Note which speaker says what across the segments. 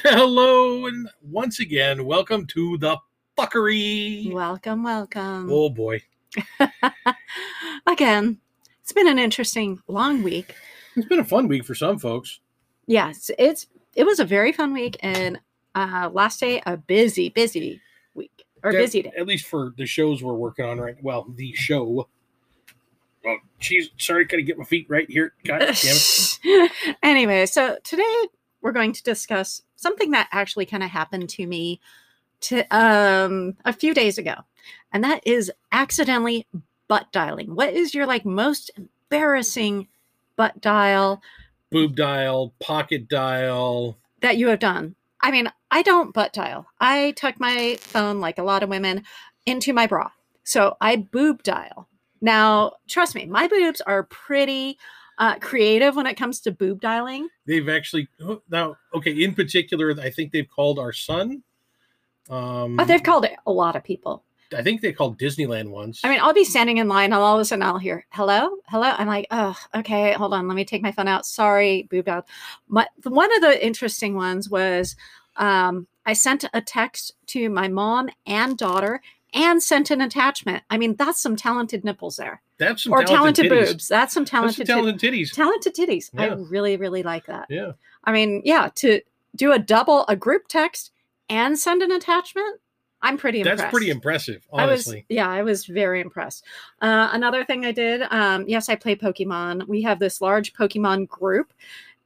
Speaker 1: Hello, and once again, welcome to the fuckery.
Speaker 2: Welcome, welcome.
Speaker 1: Oh boy,
Speaker 2: Again, it's been an interesting long week.
Speaker 1: it's been a fun week for some folks.
Speaker 2: Yes, it's it was a very fun week and uh last day a busy, busy week or
Speaker 1: Yeah,
Speaker 2: busy day.
Speaker 1: At least for the shows we're working on right. Well, the show. Well, geez, sorry, gotta get my feet right here. God damn it.
Speaker 2: anyway, so today we're going to discuss something that actually kind of happened to me to um a few days ago. And that is accidentally butt dialing. What is your like most embarrassing butt dial?
Speaker 1: Boob dial, pocket dial.
Speaker 2: that you have done. I mean, I don't butt dial. I tuck my phone, like a lot of women, into my bra. So I boob dial. Now, trust me, my boobs are pretty uh, creative when it comes to boob dialing.
Speaker 1: They've actually oh, now okay. In particular, I think they've called our son. Um,
Speaker 2: Oh, they've called it a lot of people.
Speaker 1: I think they called Disneyland once.
Speaker 2: I mean, I'll be standing in line, and all of a sudden I'll hear, hello, hello. I'm like, oh, okay, hold on. Let me take my phone out. Sorry, boob dial. My, the- one of the interesting ones was um, I sent a text to my mom and daughter and sent an attachment. I mean, that's some talented nipples there.
Speaker 1: that's some
Speaker 2: or talented,
Speaker 1: titties.
Speaker 2: boobs. That's some
Speaker 1: That's some
Speaker 2: talented,
Speaker 1: talented titties.
Speaker 2: tit- talented titties. I
Speaker 1: Yeah.
Speaker 2: really, really like that.
Speaker 1: Yeah.
Speaker 2: I mean, yeah, to do a double, a group text and send an attachment, I'm pretty impressed.
Speaker 1: That's pretty impressive, honestly.
Speaker 2: I was, yeah, I was very impressed. Uh, another thing I did, um, yes, I play Pokemon. We have this large Pokemon group,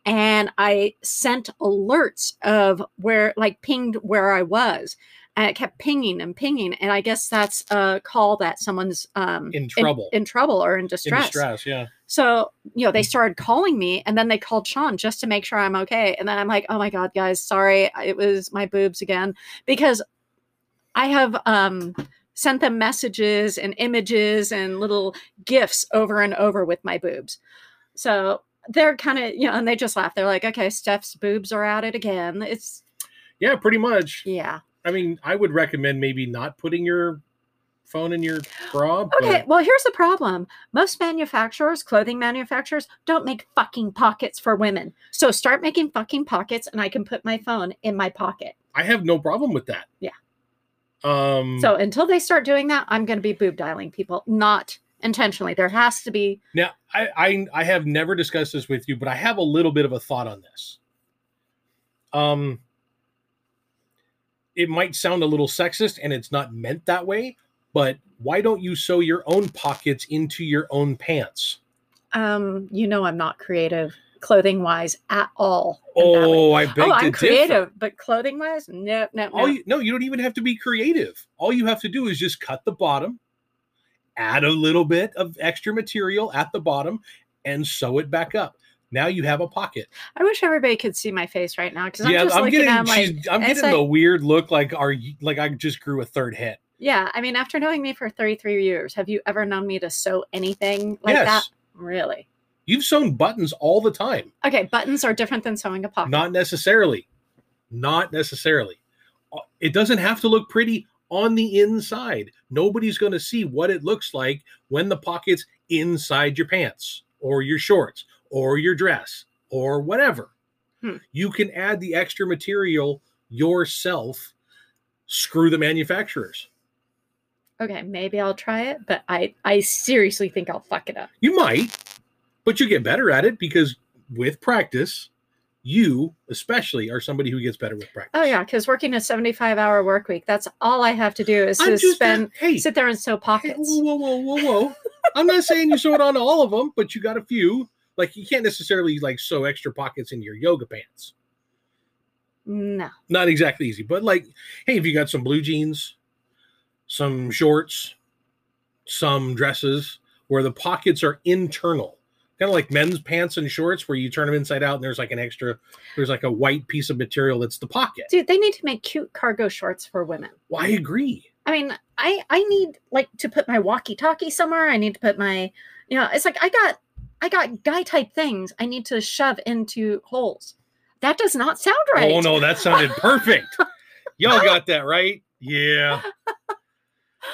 Speaker 2: and I sent alerts of where, like, pinged where I was, and it kept pinging and pinging. And I guess that's a call that someone's um,
Speaker 1: in trouble.
Speaker 2: in trouble or in
Speaker 1: in
Speaker 2: distress.
Speaker 1: distress, yeah.
Speaker 2: So, you know, they started calling me and then they called Sean just to make sure I'm okay. And then I'm like, oh my God, guys, sorry. It was my boobs again. Because I have um, sent them messages and images and little gifts over and over with my boobs. So they're kind of, you know, and they just laugh. They're like, okay, Steph's boobs are at it again. It's,
Speaker 1: Yeah, pretty much.
Speaker 2: yeah.
Speaker 1: I mean, I would recommend maybe not putting your phone in your bra.
Speaker 2: Okay,
Speaker 1: But
Speaker 2: well, here's the problem. Most manufacturers, clothing manufacturers, don't make fucking pockets for women. So start making fucking pockets, and I can put my phone in my pocket.
Speaker 1: I have no problem with that.
Speaker 2: Yeah.
Speaker 1: Um
Speaker 2: So until they start doing that, I'm going to be boob dialing people, not intentionally. There has to be.
Speaker 1: now I, I I have never discussed this with you, but I have a little bit of a thought on this. Um it might sound a little sexist and it's not meant that way, but why don't you sew your own pockets into your own pants?
Speaker 2: Um, you know, I'm not creative clothing wise at all. in that way.
Speaker 1: Oh, I beg
Speaker 2: oh,
Speaker 1: to
Speaker 2: I'm
Speaker 1: differ. Oh,
Speaker 2: creative, but clothing wise, no, no, no.
Speaker 1: All you, no, you don't even have to be creative. All you have to do is just cut the bottom, add a little bit of extra material at the bottom, and sew it back up. Now you have a pocket.
Speaker 2: I wish everybody could see my face right now because
Speaker 1: yeah,
Speaker 2: I'm just
Speaker 1: I'm
Speaker 2: looking
Speaker 1: getting,
Speaker 2: at 'em like,
Speaker 1: she's, I'm
Speaker 2: it's
Speaker 1: getting
Speaker 2: like-
Speaker 1: the weird look like are you, like I just grew a third head.
Speaker 2: yeah. I mean, after knowing me for 33 years, have you ever known me to sew anything like
Speaker 1: yes,
Speaker 2: that? Really?
Speaker 1: you've sewn buttons all the time.
Speaker 2: Okay, buttons are different than sewing a pocket.
Speaker 1: Not necessarily, not necessarily. Uh, It doesn't have to look pretty on the inside. Nobody's going to see what it looks like when the pocket's inside your pants or your shorts or your dress or whatever.
Speaker 2: Hmm.
Speaker 1: You can add the extra material yourself. Screw the manufacturers.
Speaker 2: okay, maybe I'll try it, but I I seriously think I'll fuck it up.
Speaker 1: You might, but you get better at it because with practice, you especially are somebody who gets better with practice.
Speaker 2: Oh yeah, because working a seventy-five hour work week, that's all I have to do is
Speaker 1: I'm
Speaker 2: to
Speaker 1: just
Speaker 2: spend
Speaker 1: hey,
Speaker 2: sit there and sew
Speaker 1: Hey,
Speaker 2: pockets.
Speaker 1: whoa, whoa, whoa, whoa, whoa. I'm not saying you sew it on all of them, but you got a few. Like you can't necessarily like sew extra pockets in your yoga pants.
Speaker 2: No,
Speaker 1: Not exactly easy, but like, hey, if you got some blue jeans, some shorts, some dresses where the pockets are internal, kind of like men's pants and shorts, where you turn them inside out and there's like an extra, there's like a white piece of material that's the pocket.
Speaker 2: dude, they need to make cute cargo shorts for women.
Speaker 1: Well, I agree.
Speaker 2: I mean, I I need like to put my walkie-talkie somewhere. I need to put my, you know, it's like I got I got guy type things I need to shove into holes. That does not sound right.
Speaker 1: Oh no, that sounded perfect. Y'all got that right? Yeah.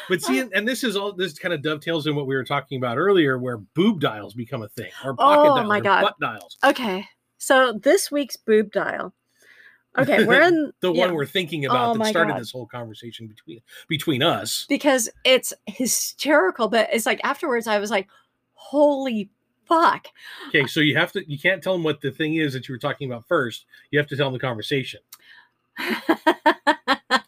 Speaker 1: But see, and- and this is all this kind of dovetails in what we were talking about earlier, where boob dials become a thing, or pocket
Speaker 2: Oh,
Speaker 1: dials,
Speaker 2: my
Speaker 1: or
Speaker 2: God.
Speaker 1: butt dials.
Speaker 2: Okay. So this week's boob dial Okay, we're in
Speaker 1: the
Speaker 2: yeah,
Speaker 1: one we're thinking about
Speaker 2: Oh
Speaker 1: that
Speaker 2: my
Speaker 1: started
Speaker 2: God.
Speaker 1: this whole conversation between between us.
Speaker 2: because it's hysterical, but it's like afterwards I was like, holy fuck.
Speaker 1: Okay, so you have to you can't tell them what the thing is that you were talking about first. You have to tell them the conversation.
Speaker 2: well, I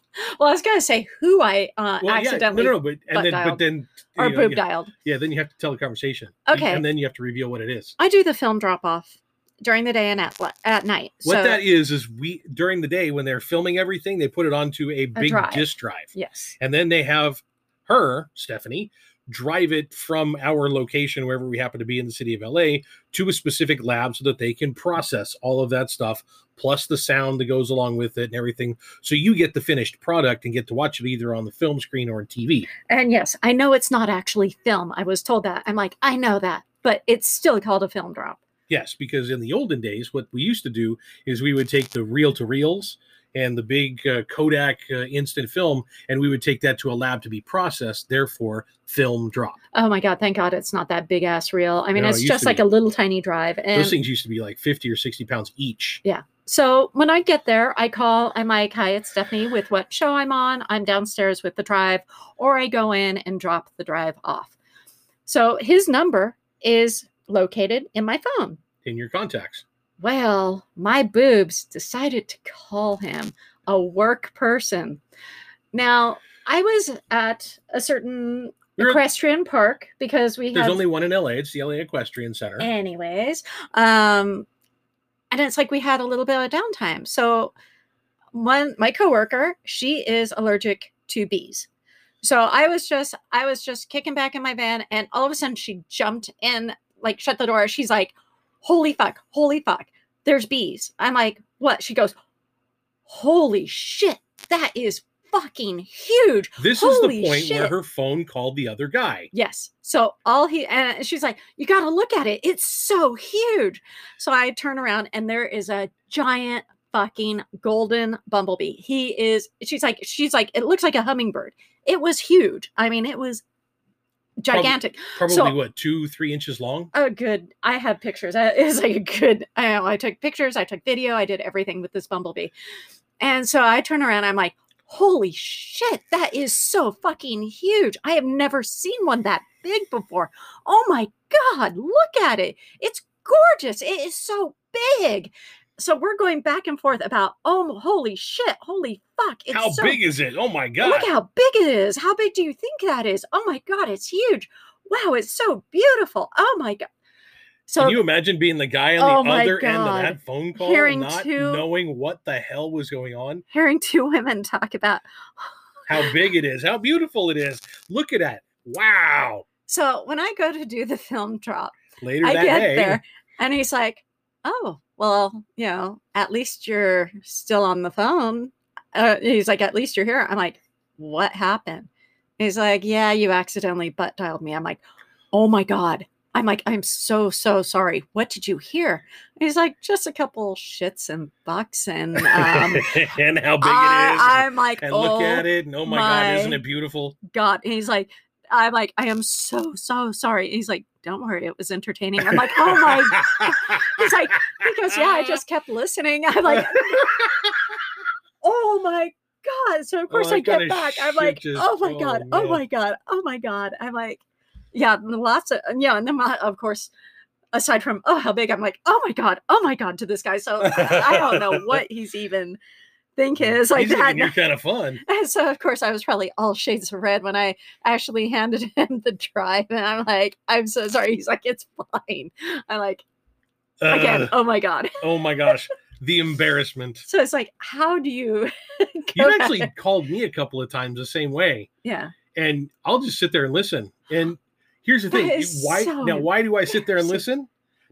Speaker 2: was gonna say who I uh,
Speaker 1: Well,
Speaker 2: accidentally
Speaker 1: yeah, no, no, but and
Speaker 2: butt
Speaker 1: then but
Speaker 2: dialed.
Speaker 1: then
Speaker 2: or
Speaker 1: you know,
Speaker 2: boob
Speaker 1: yeah,
Speaker 2: dialed.
Speaker 1: yeah, then you have to tell the conversation.
Speaker 2: Okay.
Speaker 1: and then you have to reveal what it is.
Speaker 2: I do the film drop off during the day and at at night.
Speaker 1: What
Speaker 2: so
Speaker 1: that e-, is is we during the day when they're filming everything, they put it onto a big
Speaker 2: drive.
Speaker 1: disk drive,
Speaker 2: yes,
Speaker 1: and then they have her Stephanie drive it from our location wherever we happen to be in the city of LA to a specific lab so that they can process all of that stuff plus the sound that goes along with it and everything so you get the finished product and get to watch it either on the film screen or on TV.
Speaker 2: and yes, I know it's not actually film. I was told that. I'm like, I know that, but it's still called a film drop.
Speaker 1: Yes, because in the olden days, what we used to do is we would take the reel to reels and the big uh, Kodak uh, instant film, and we would take that to a lab to be processed, therefore, film drop.
Speaker 2: Oh my god, thank God it's not that big ass reel. I mean,
Speaker 1: No, it
Speaker 2: it's
Speaker 1: used
Speaker 2: just
Speaker 1: to
Speaker 2: like
Speaker 1: be.
Speaker 2: a little tiny drive. And
Speaker 1: Those things used to be like 50 or 60 pounds each.
Speaker 2: So when I get there, I call, I'm like, hi, it's Stephanie with what show I'm on. I'm downstairs with the drive, or I go in and drop the drive off. So his number is located in my phone.
Speaker 1: In your contacts,
Speaker 2: Well, my boobs decided to call him a work person. Now, I was at a certain
Speaker 1: You're-
Speaker 2: equestrian park because we
Speaker 1: there's
Speaker 2: had
Speaker 1: only one in LA. It's the LA Equestrian Center.
Speaker 2: anyways um and it's like we had a little bit of downtime so one my coworker she is allergic to bees so i was just i was just kicking back in my van and all of a sudden she jumped in like shut the door she's like holy fuck holy fuck there's bees i'm like what she goes holy shit that is fucking huge
Speaker 1: this is
Speaker 2: Holy
Speaker 1: the point where
Speaker 2: shit.
Speaker 1: her phone called the other guy.
Speaker 2: Yes. So all he and she's like, "You got to look at it. It's so huge." So I turn around and there is a giant fucking golden bumblebee. He is she's like she's like it looks like a hummingbird. It was huge. I mean, it was
Speaker 1: Probably-
Speaker 2: gigantic.
Speaker 1: Probably
Speaker 2: So-
Speaker 1: what, two, three inches long?
Speaker 2: A good. I have pictures. I- It was like a good. I, know, I took pictures. I took video. I did everything with this bumblebee. And so I turn around. I'm like, holy shit, that is so fucking huge. I have never seen one that big before. Oh my god, look at it. It's gorgeous. It is so big. So we're going back and forth about oh holy shit, holy fuck. It's
Speaker 1: How
Speaker 2: so
Speaker 1: big is it? Oh my God.
Speaker 2: Look how big it is. How big do you think that is? Oh my God, it's huge. Wow, it's so beautiful. Oh my God. So,
Speaker 1: Can you imagine being the guy on
Speaker 2: Oh
Speaker 1: the
Speaker 2: my
Speaker 1: other end of
Speaker 2: God.
Speaker 1: that phone call,
Speaker 2: Hearing
Speaker 1: not
Speaker 2: two-
Speaker 1: knowing what the hell was going on,
Speaker 2: hearing two women talk about.
Speaker 1: how big it is, how beautiful it is? Look at that! Wow!
Speaker 2: So, when I go to do the film drop,
Speaker 1: Later
Speaker 2: I
Speaker 1: that
Speaker 2: get
Speaker 1: day,
Speaker 2: there and he's like, oh, well, you know, at least you're still on the phone. Uh, he's like, at least you're here. I'm like, what happened? He's like, yeah, you accidentally butt dialed me. I'm like, oh my God. I'm like, I'm so, so sorry. What did you hear? He's like, just a couple shits and bucks. And um, I,
Speaker 1: and how big it is, and-
Speaker 2: I'm like,
Speaker 1: and,
Speaker 2: oh
Speaker 1: look at it, and oh my, God, isn't
Speaker 2: my-
Speaker 1: it beautiful?
Speaker 2: God. And he's like, I'm like, I am so, so sorry. And he's like, don't worry. It was entertaining. I'm like, oh my
Speaker 1: my!
Speaker 2: He's like- He goes, Yeah,
Speaker 1: Uh-huh.
Speaker 2: I just kept listening. I'm like, Oh my God. So, of
Speaker 1: Oh,
Speaker 2: course,
Speaker 1: I've
Speaker 2: I
Speaker 1: got a
Speaker 2: get back. I'm like,
Speaker 1: shoot just-
Speaker 2: Oh my
Speaker 1: oh,
Speaker 2: God. Oh
Speaker 1: man.
Speaker 2: my God. Oh my God. I'm like, Yeah, and lots of, yeah. And then, my, of course, aside from, Oh, how big, I'm like, Oh my God. Oh my God to this guy. So, I I don't know what he's even thinking. It's like
Speaker 1: Mm, He's
Speaker 2: that.
Speaker 1: thinking you're kind of fun.
Speaker 2: And so, of course, I was probably all shades of red when I actually handed him the drive. And I'm like, I'm so sorry. He's like, It's fine. I'm like, Again,
Speaker 1: Ugh,
Speaker 2: oh my God.
Speaker 1: Uh, oh my gosh, the embarrassment.
Speaker 2: So it's like, how do you?
Speaker 1: You
Speaker 2: go at
Speaker 1: actually
Speaker 2: it?
Speaker 1: called me a couple of times the same way.
Speaker 2: yeah.
Speaker 1: and I'll just sit there and listen. And here's the
Speaker 2: That
Speaker 1: thing: you-
Speaker 2: is
Speaker 1: why
Speaker 2: so
Speaker 1: now? Why do I sit there and
Speaker 2: embarrassing.
Speaker 1: listen?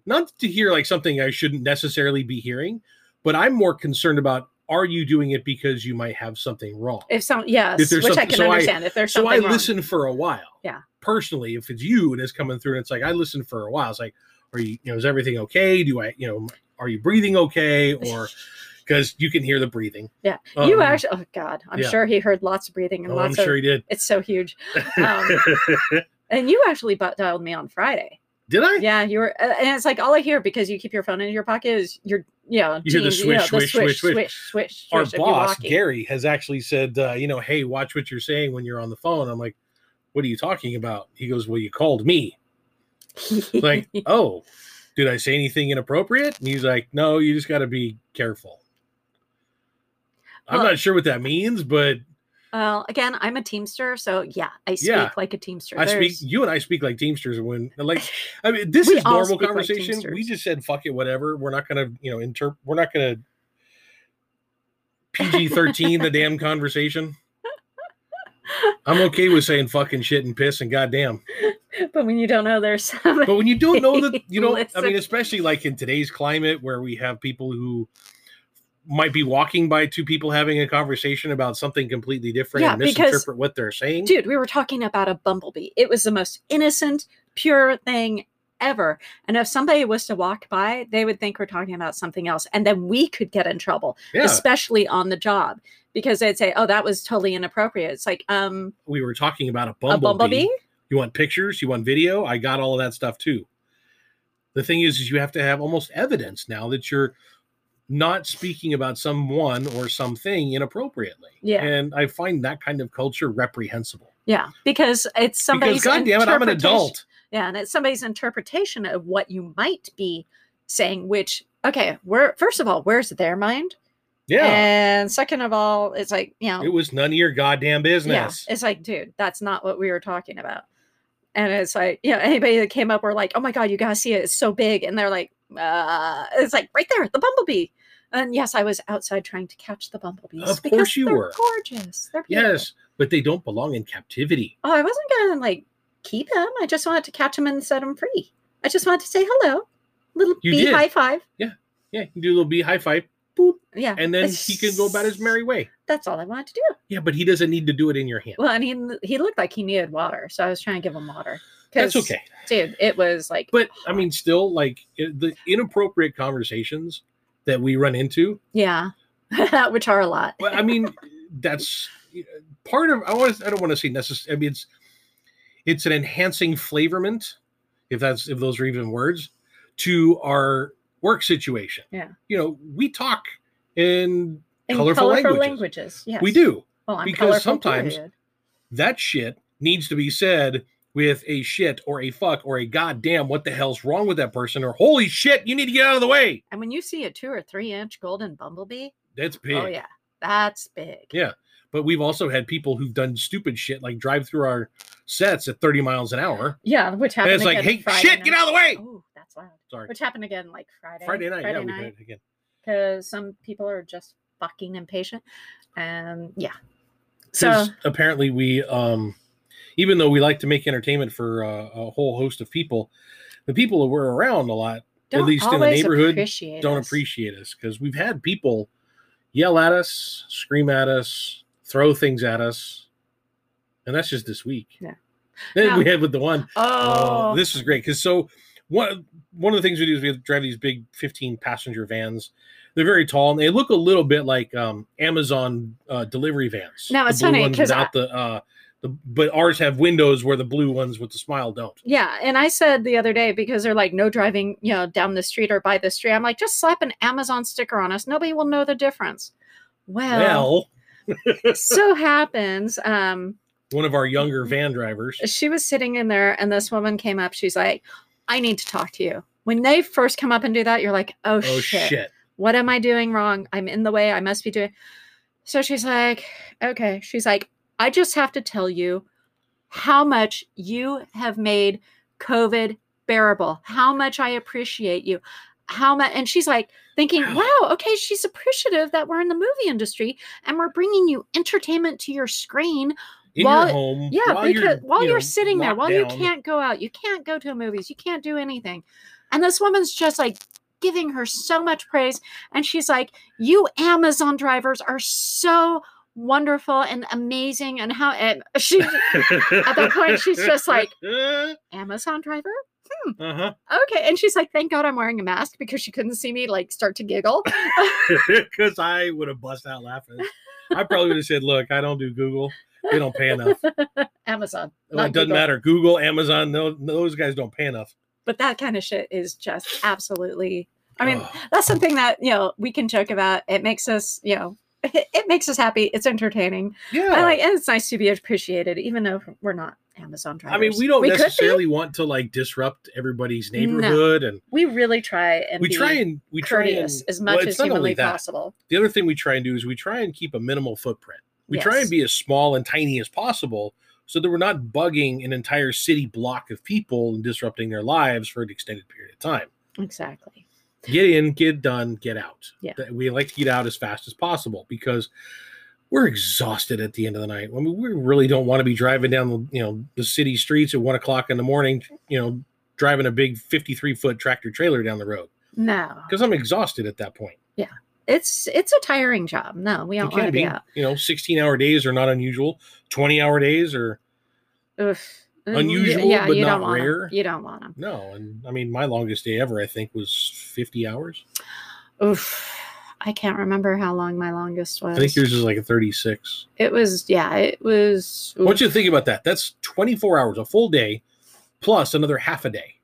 Speaker 1: Not to hear like something I shouldn't necessarily be hearing, but I'm more concerned about: Are you doing it because you might have something wrong?
Speaker 2: If some,
Speaker 1: If
Speaker 2: yes, which
Speaker 1: there's
Speaker 2: I
Speaker 1: something-
Speaker 2: can
Speaker 1: so I-
Speaker 2: understand. if there's
Speaker 1: So
Speaker 2: something
Speaker 1: I
Speaker 2: wrong.
Speaker 1: listen for a while.
Speaker 2: Yeah.
Speaker 1: Personally, if it's you and it's coming through, and it's like I listen for a while. It's like, are you? You know, is everything okay? Do I? You know, are you breathing okay? Or because you can hear the breathing.
Speaker 2: Yeah. you
Speaker 1: Um,
Speaker 2: actually, oh God, I'm
Speaker 1: yeah.
Speaker 2: sure he heard lots of breathing and
Speaker 1: Oh, I'm
Speaker 2: lots of.
Speaker 1: sure he did.
Speaker 2: It's so huge. Um, and you actually butt dialed me on Friday.
Speaker 1: Did I?
Speaker 2: Yeah, you were, uh, and it's like all I hear because you keep your phone in your pocket is your yeah.
Speaker 1: You hear the
Speaker 2: jeans,
Speaker 1: swish, swish, swish, swish.
Speaker 2: swish, swish,
Speaker 1: Our
Speaker 2: swish if you're
Speaker 1: boss
Speaker 2: walking.
Speaker 1: Gary has actually said, uh, you know, hey, watch what you're saying when you're on the phone. I'm like, what are you talking about? He goes, well, you called me. Like, oh, did I say anything inappropriate? And he's like, no, you just got to be careful. I'm
Speaker 2: Well-
Speaker 1: not sure what that means, but
Speaker 2: well, again, I'm a Teamster, so yeah, I speak
Speaker 1: Yeah.
Speaker 2: like a Teamster.
Speaker 1: I speak.
Speaker 2: There's-
Speaker 1: You and I speak like Teamsters when, like, I mean, this
Speaker 2: We
Speaker 1: is
Speaker 2: all
Speaker 1: normal
Speaker 2: speak like
Speaker 1: conversation. we
Speaker 2: Teamsters.
Speaker 1: just said fuck it, whatever. We're not gonna, you know, inter. We're not gonna PG thirteen the damn conversation. I'm okay with saying fucking shit and piss and goddamn,
Speaker 2: but when you don't know, there's some.
Speaker 1: but when you don't know that, you don't. I
Speaker 2: Listen.
Speaker 1: mean, especially like in today's climate where we have people who might be walking by two people having a conversation about something completely different
Speaker 2: Yeah,
Speaker 1: and
Speaker 2: because-
Speaker 1: misinterpret what they're saying.
Speaker 2: dude we were talking about a bumblebee it was the most innocent pure thing ever and if somebody was to walk by they would think we're talking about something else and then we could get in trouble
Speaker 1: yeah,
Speaker 2: especially on the job because they'd say oh that was totally inappropriate it's like um
Speaker 1: we were talking about a
Speaker 2: a bumblebee
Speaker 1: You want pictures? You want video? I got all of that stuff too. The thing is, is you have to have almost evidence now that you're not speaking about someone or something inappropriately.
Speaker 2: Yeah.
Speaker 1: And I find that kind of culture reprehensible.
Speaker 2: yeah because it's somebody's
Speaker 1: because God damn it, I'm an
Speaker 2: interpretation-
Speaker 1: adult.
Speaker 2: yeah and it's somebody's interpretation of what you might be saying which okay where first of all where's their mind
Speaker 1: Yeah.
Speaker 2: and second of all it's like you know
Speaker 1: it was none of your goddamn business.
Speaker 2: Yeah, it's like, dude, that's not what we were talking about. And it's like, you know, anybody that came up were like, oh my God, you gotta see it. It's so big. And they're like, uh, it's like right there, the bumblebee. And yes, I was outside trying to catch the bumblebees.
Speaker 1: Of
Speaker 2: because
Speaker 1: course you
Speaker 2: they're
Speaker 1: were.
Speaker 2: Gorgeous. They're beautiful.
Speaker 1: yes, but they don't belong in captivity.
Speaker 2: Oh, I wasn't gonna like keep him. I just wanted to catch him and set him free. I just wanted to say hello. Little
Speaker 1: You
Speaker 2: bee
Speaker 1: did.
Speaker 2: high five.
Speaker 1: Yeah, you can do a little bee high five, boop,
Speaker 2: Yeah.
Speaker 1: and then he can go about his merry way.
Speaker 2: That's all I wanted to do.
Speaker 1: Yeah, but he doesn't need to do it in your hand.
Speaker 2: Well, and he he looked like he needed water, so I was trying to give him water.
Speaker 1: That's
Speaker 2: 'Cause,
Speaker 1: okay.
Speaker 2: Dude, it was like
Speaker 1: but I mean, still, like i- the inappropriate conversations that we run into.
Speaker 2: Yeah, which are a lot.
Speaker 1: But I mean, that's part of. I want. I don't want to say necessary. I mean, it's it's an enhancing flavorment, if that's if those are even words, to our work situation.
Speaker 2: Yeah.
Speaker 1: You know, we talk in
Speaker 2: And
Speaker 1: Colorful languages.
Speaker 2: languages. Yes.
Speaker 1: we do
Speaker 2: Well, and
Speaker 1: because
Speaker 2: colorful,
Speaker 1: sometimes-
Speaker 2: period.
Speaker 1: that shit needs to be said with a shit or a fuck or a goddamn what the hell's wrong with that person or holy shit you need to get out of the way.
Speaker 2: And when you see a two or three inch golden bumblebee,
Speaker 1: That's big.
Speaker 2: oh yeah, that's big.
Speaker 1: Yeah. but we've also had people who've done stupid shit like drive through our sets at 30 miles an hour.
Speaker 2: Yeah, which
Speaker 1: And
Speaker 2: happened.
Speaker 1: it's like,
Speaker 2: again
Speaker 1: hey,
Speaker 2: Friday
Speaker 1: shit, get out of the way.
Speaker 2: Oh, that's loud.
Speaker 1: Sorry.
Speaker 2: Which happened again like Friday.
Speaker 1: Friday night. yeah,
Speaker 2: Friday
Speaker 1: we did
Speaker 2: night,
Speaker 1: it again.
Speaker 2: because some people are just fucking impatient, and yeah. So
Speaker 1: 'Cause apparently we um even though we like to make entertainment for uh, a whole host of people, the people that we're around a lot
Speaker 2: don't
Speaker 1: least in the
Speaker 2: always
Speaker 1: neighborhood,
Speaker 2: appreciate
Speaker 1: don't
Speaker 2: us.
Speaker 1: appreciate us because we've had people yell at us, scream at us, throw things at us. And that's just this week.
Speaker 2: Yeah.
Speaker 1: Then
Speaker 2: Now-
Speaker 1: we had with the one
Speaker 2: Oh,
Speaker 1: Oh, this is great because so one one of the things we do is we drive these big 15 passenger vans. They're very tall and they look a little bit like um, Amazon uh, delivery vans.
Speaker 2: No,
Speaker 1: The
Speaker 2: it's
Speaker 1: blue
Speaker 2: funny,
Speaker 1: ones
Speaker 2: 'cause I-
Speaker 1: without the uh, the but ours have windows where the blue ones with the smile don't.
Speaker 2: Yeah, and I said the other day because they're like no driving, you know, down the street or by the street. I'm like, just slap an Amazon sticker on us. Nobody will know the difference. Well,
Speaker 1: Well,
Speaker 2: so happens. Um,
Speaker 1: one of our younger van drivers.
Speaker 2: she was sitting in there, and this woman came up. She's like, "I need to talk to you." When they first come up and do that, you're like, "Oh,
Speaker 1: Oh
Speaker 2: shit.
Speaker 1: shit!
Speaker 2: What am I doing wrong? I'm in the way. I must be doing." So she's like, "Okay." She's like, "I just have to tell you how much you have made COVID bearable. How much I appreciate you. How much?" And she's like thinking,
Speaker 1: Wow.
Speaker 2: "Wow, okay, she's appreciative that we're in the movie industry and we're bringing you entertainment to your screen
Speaker 1: In
Speaker 2: While-
Speaker 1: your home,
Speaker 2: yeah,
Speaker 1: while
Speaker 2: because
Speaker 1: you're,
Speaker 2: while
Speaker 1: you
Speaker 2: you're
Speaker 1: know,
Speaker 2: sitting there,
Speaker 1: locked
Speaker 2: while you
Speaker 1: down,
Speaker 2: can't go out, you can't go to movies, you can't do anything. And this woman's just like giving her so much praise. And she's like, You Amazon drivers are so wonderful and amazing. And how, and she,
Speaker 1: at
Speaker 2: that point, she's just like-
Speaker 1: uh
Speaker 2: Amazon driver?
Speaker 1: huh.
Speaker 2: Okay. And she's like, Thank God I'm wearing a mask because she couldn't see me like start to giggle.
Speaker 1: because I would have bust out laughing. I probably would have said, "Look, I don't do Google. They don't pay enough.
Speaker 2: Amazon.
Speaker 1: Well,
Speaker 2: not
Speaker 1: it doesn't
Speaker 2: Google.
Speaker 1: matter. Google, Amazon, no, no, those guys don't pay enough."
Speaker 2: But that kind of shit is just absolutely. I mean, that's something that you know we can joke about. It makes us, you know, it, makes us happy. It's entertaining.
Speaker 1: yeah.
Speaker 2: I like, and it's nice to be appreciated, even though we're not Amazon drivers.
Speaker 1: I mean, we don't
Speaker 2: could be.
Speaker 1: necessarily want to like disrupt everybody's
Speaker 2: No.
Speaker 1: neighborhood, and
Speaker 2: We really try and
Speaker 1: we
Speaker 2: be
Speaker 1: try and we try and
Speaker 2: courteous as much
Speaker 1: well,
Speaker 2: as
Speaker 1: it's not only
Speaker 2: humanly
Speaker 1: that.
Speaker 2: possible.
Speaker 1: The other thing we try and do is we try and keep a minimal footprint. We try
Speaker 2: Yes.
Speaker 1: and be as small and tiny as possible, so that we're not bugging an entire city block of people and disrupting their lives for an extended period of time.
Speaker 2: Exactly.
Speaker 1: get in, get done, get out.
Speaker 2: Yeah.
Speaker 1: That- We like to get out as fast as possible because we're exhausted at the end of the night. I mean, we really don't want to be driving down the you know the city streets at one o'clock in the morning, you know, driving a big fifty-three foot tractor trailer down the road
Speaker 2: No,
Speaker 1: because I'm exhausted at that point.
Speaker 2: it's it's a tiring job. No, we
Speaker 1: It
Speaker 2: don't want to
Speaker 1: can
Speaker 2: be
Speaker 1: be,
Speaker 2: out.
Speaker 1: you know, sixteen-hour days are not unusual. Twenty-hour days are
Speaker 2: Oof. Mm, y-
Speaker 1: Unusual, but
Speaker 2: you
Speaker 1: not
Speaker 2: don't want 'em.
Speaker 1: rare.
Speaker 2: You don't want them.
Speaker 1: no, and I mean, my longest day ever, I think, was fifty hours.
Speaker 2: Oof. I can't remember how long my longest was.
Speaker 1: I think yours is like a thirty-six.
Speaker 2: it was yeah, it was oof.
Speaker 1: Once you think about that, that's 24 hours, a full day, plus another half a day.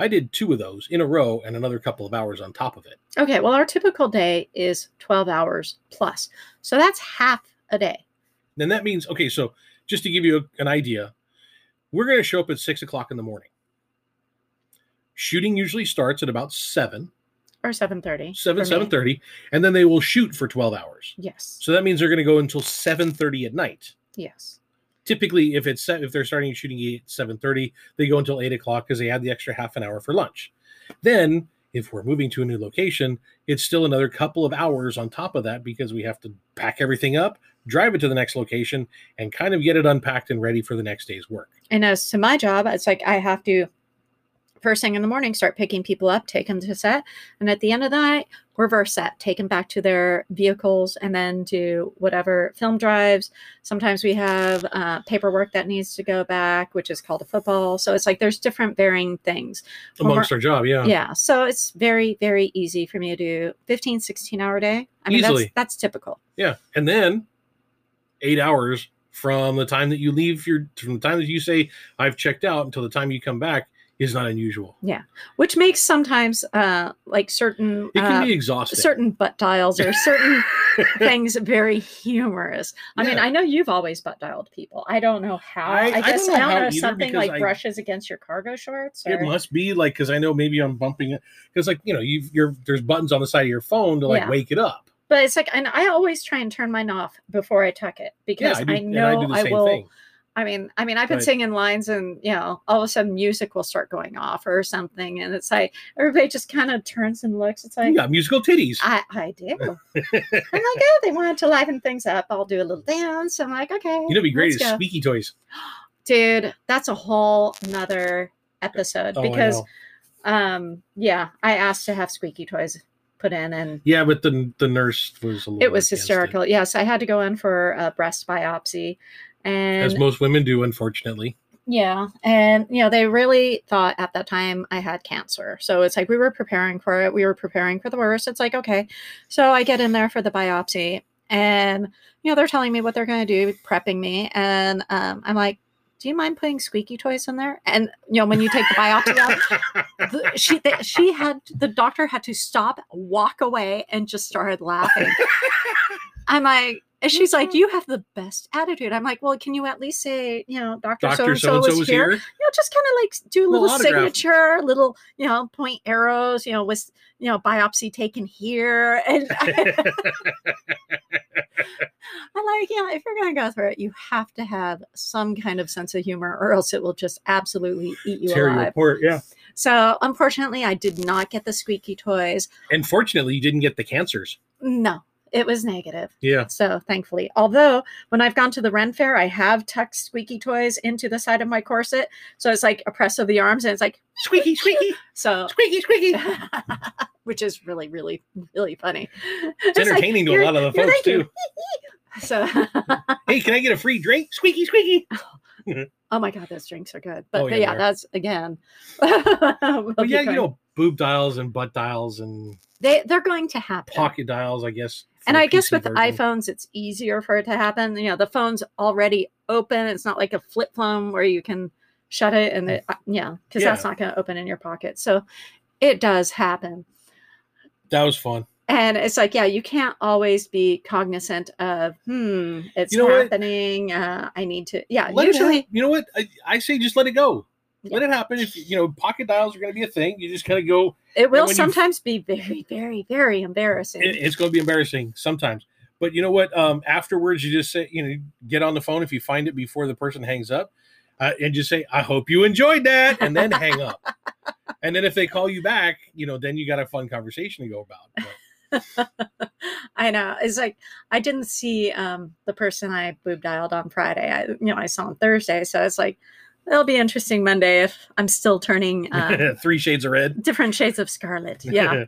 Speaker 1: I did two of those in a row and another couple of hours on top of it.
Speaker 2: Okay, well our typical day is 12 hours plus. So that's half a day.
Speaker 1: Then that means, okay, so just to give you a- an idea, we're going to show up at six o'clock in the morning. Shooting usually starts at about seven,
Speaker 2: Or 7:30.
Speaker 1: seven,
Speaker 2: for me.
Speaker 1: seven thirty, and then they will shoot for twelve hours.
Speaker 2: Yes.
Speaker 1: So that means they're going to go until seven thirty at night.
Speaker 2: Yes.
Speaker 1: Typically, if it's se- if they're starting shooting at seven thirty, they go until eight o'clock because they add the extra half an hour for lunch. Then, if we're moving to a new location, it's still another couple of hours on top of that because we have to pack everything up, drive it to the next location, and kind of get it unpacked and ready for the next day's work.
Speaker 2: And as to my job, it's like I have to first thing in the morning start picking people up, take them to set, and at the end of the night, reverse set, take them back to their vehicles, and then do whatever film drives. Sometimes we have uh, paperwork that needs to go back, which is called a football. So it's like there's different varying things. Well,
Speaker 1: Amongst our job, yeah.
Speaker 2: Yeah. So it's very, very easy for me to do 15, 16 hour day. I mean,
Speaker 1: Easily.
Speaker 2: that's that's typical.
Speaker 1: Yeah. And then eight hours from the time that you leave your from the time that you say I've checked out until the time you come back is not unusual.
Speaker 2: Which makes sometimes uh like certain
Speaker 1: It can
Speaker 2: uh,
Speaker 1: be exhausting.
Speaker 2: certain butt dials or certain things very humorous. I mean,
Speaker 1: Yeah.
Speaker 2: I know you've always butt dialed people. I don't know how.
Speaker 1: I-
Speaker 2: I,
Speaker 1: I don't
Speaker 2: guess
Speaker 1: know
Speaker 2: I don't
Speaker 1: how
Speaker 2: know,
Speaker 1: either
Speaker 2: something
Speaker 1: because
Speaker 2: like
Speaker 1: I-
Speaker 2: brushes against your cargo shorts. Or,
Speaker 1: It must be like because I know maybe I'm bumping it because like you know you you're there's buttons on the side of your phone to like
Speaker 2: Yeah.
Speaker 1: wake it up.
Speaker 2: but it's like, and I always try and turn mine off before I tuck it
Speaker 1: Yeah,
Speaker 2: because
Speaker 1: I,
Speaker 2: I,
Speaker 1: do, and I
Speaker 2: know
Speaker 1: do the
Speaker 2: I,
Speaker 1: same
Speaker 2: will.
Speaker 1: thing.
Speaker 2: I mean, I mean, I've been
Speaker 1: Right.
Speaker 2: singing lines, and you know, all of a sudden music will start going off or something, and it's like everybody just kind of turns and looks. It's like.
Speaker 1: You got musical titties.
Speaker 2: I, I do. I'm like, oh, they wanted to liven things up. I'll do a little dance. I'm like, okay.
Speaker 1: you know, what'd be great
Speaker 2: let's
Speaker 1: is
Speaker 2: go.
Speaker 1: squeaky toys.
Speaker 2: dude that's a whole nother episode
Speaker 1: Oh, I
Speaker 2: because
Speaker 1: know.
Speaker 2: um yeah i asked to have squeaky toys put in and
Speaker 1: yeah, but the the nurse was a little
Speaker 2: it was
Speaker 1: against
Speaker 2: hysterical yes i had to go in for a breast biopsy and
Speaker 1: as most women do, unfortunately.
Speaker 2: yeah and you know they really thought at that time i had cancer so it's like we were preparing for it we were preparing for the worst it's like okay so i get in there for the biopsy and you know they're telling me what they're going to do prepping me and um, i'm like do you mind putting squeaky toys in there and you know when you take the biopsy out the, she the, she had the doctor had to stop, walk away, and just started laughing. I'm like, and she's like, "You have the best attitude." I'm like, "Well, can you at least say, you know, Doctor So
Speaker 1: Doctor
Speaker 2: and So was
Speaker 1: here.
Speaker 2: here? You know, just kind of like do a
Speaker 1: Little
Speaker 2: little
Speaker 1: autograph.
Speaker 2: signature, little you know, point arrows, you know, was you know, biopsy taken here." And I, I'm like, "Yeah, if you're gonna go through it, you have to have some kind of sense of humor, or else it will just absolutely eat you
Speaker 1: Terry
Speaker 2: alive."
Speaker 1: report. Yeah,
Speaker 2: So, unfortunately, I did not get the squeaky toys.
Speaker 1: and fortunately, you didn't get the cancers.
Speaker 2: No, it was negative.
Speaker 1: Yeah,
Speaker 2: So thankfully, although when I've gone to the Ren Fair, I have tucked squeaky toys into the side of my corset. So it's like a press of the arms and it's like,
Speaker 1: squeaky, squeaky,
Speaker 2: so,
Speaker 1: squeaky, squeaky. It's,
Speaker 2: which is really, really, really funny. like,
Speaker 1: entertaining to a
Speaker 2: you're-
Speaker 1: lot of the
Speaker 2: you're
Speaker 1: folks
Speaker 2: thinking,
Speaker 1: too.
Speaker 2: so,
Speaker 1: Hey, can I get a free drink? Squeaky, squeaky.
Speaker 2: oh my God, those drinks are good. But
Speaker 1: Oh, yeah, they
Speaker 2: yeah,
Speaker 1: are.
Speaker 2: that's again. we'll
Speaker 1: But
Speaker 2: keep
Speaker 1: yeah, you
Speaker 2: going.
Speaker 1: know, boob dials and butt dials and
Speaker 2: they, they're going to happen.
Speaker 1: pocket dials, I guess. for
Speaker 2: and
Speaker 1: the
Speaker 2: I guess
Speaker 1: PC
Speaker 2: with
Speaker 1: version.
Speaker 2: iPhones, it's easier for it to happen. You know, the phone's already open. It's not like a flip phone where you can shut it and
Speaker 1: Mm.
Speaker 2: it, uh, yeah because that's not going to open in your pocket so it does happen
Speaker 1: That was fun.
Speaker 2: and it's like yeah you can't always be cognizant of hmm it's
Speaker 1: You know what?
Speaker 2: happening uh, i need to yeah
Speaker 1: Let it hap-
Speaker 2: usually
Speaker 1: you know what? I, I say just let it go. Let it happen. If you know pocket dials are going to be a thing, you just kind of go.
Speaker 2: it
Speaker 1: when
Speaker 2: will
Speaker 1: you-
Speaker 2: sometimes be very very very embarrassing
Speaker 1: it- it's going to be embarrassing sometimes. But you know what? Um, afterwards, you just say, you know, get on the phone if you find it before the person hangs up, uh, and just say, "I hope you enjoyed that," and then hang up. And then if they call you back, you know, then you got a fun conversation to go about. But
Speaker 2: I know. It's like I didn't see um, the person I boob dialed on Friday. I, you know, I saw on Thursday, so it's like it'll be interesting Monday if I'm still turning um,
Speaker 1: Three shades of red.
Speaker 2: different shades of scarlet. Yeah.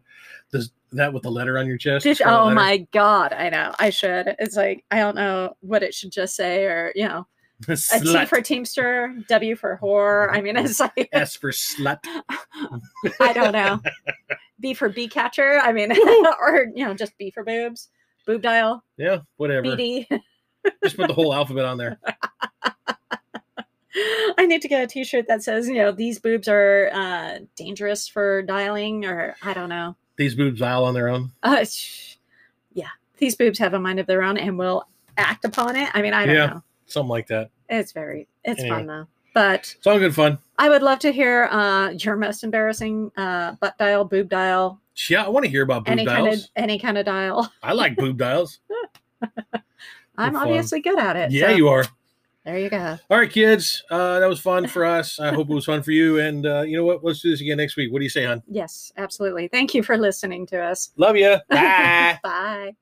Speaker 1: Does that with the letter on your chest?
Speaker 2: Did-
Speaker 1: scarlet
Speaker 2: oh
Speaker 1: letter?
Speaker 2: my god! I know. I should. It's like I don't know what it should just say, or you know, a T
Speaker 1: Slut.
Speaker 2: for teamster, W for whore. I mean, it's like
Speaker 1: S for slut.
Speaker 2: I don't know. B for bee catcher. I mean, or you know, just B for boobs, boob dial,
Speaker 1: Yeah, whatever.
Speaker 2: BD.
Speaker 1: Just put the whole alphabet on there.
Speaker 2: I need to get a T-shirt that says, you know, these boobs are uh, dangerous for dialing, or I don't know.
Speaker 1: These boobs dial on their own.
Speaker 2: Uh, sh- yeah, these boobs have a mind of their own and will act upon it. I mean, I don't
Speaker 1: Yeah.
Speaker 2: know.
Speaker 1: Something like that.
Speaker 2: It's very, it's
Speaker 1: Anyway.
Speaker 2: fun though. But
Speaker 1: It's all good fun.
Speaker 2: I would love to hear uh, your most embarrassing uh, butt dial, boob dial,
Speaker 1: Yeah, I want to hear about boob
Speaker 2: any
Speaker 1: dials.
Speaker 2: kind of any kind of dial.
Speaker 1: I like boob dials.
Speaker 2: I'm
Speaker 1: fun.
Speaker 2: obviously good at it.
Speaker 1: Yeah,
Speaker 2: so
Speaker 1: you are.
Speaker 2: there you go.
Speaker 1: All right, kids. Uh, that was fun for us. I hope it was fun for you. And uh, you know what? Let's do this again next week. What do you say, hon?
Speaker 2: Yes, absolutely. Thank you for listening to us.
Speaker 1: Love you. Bye.
Speaker 2: Bye.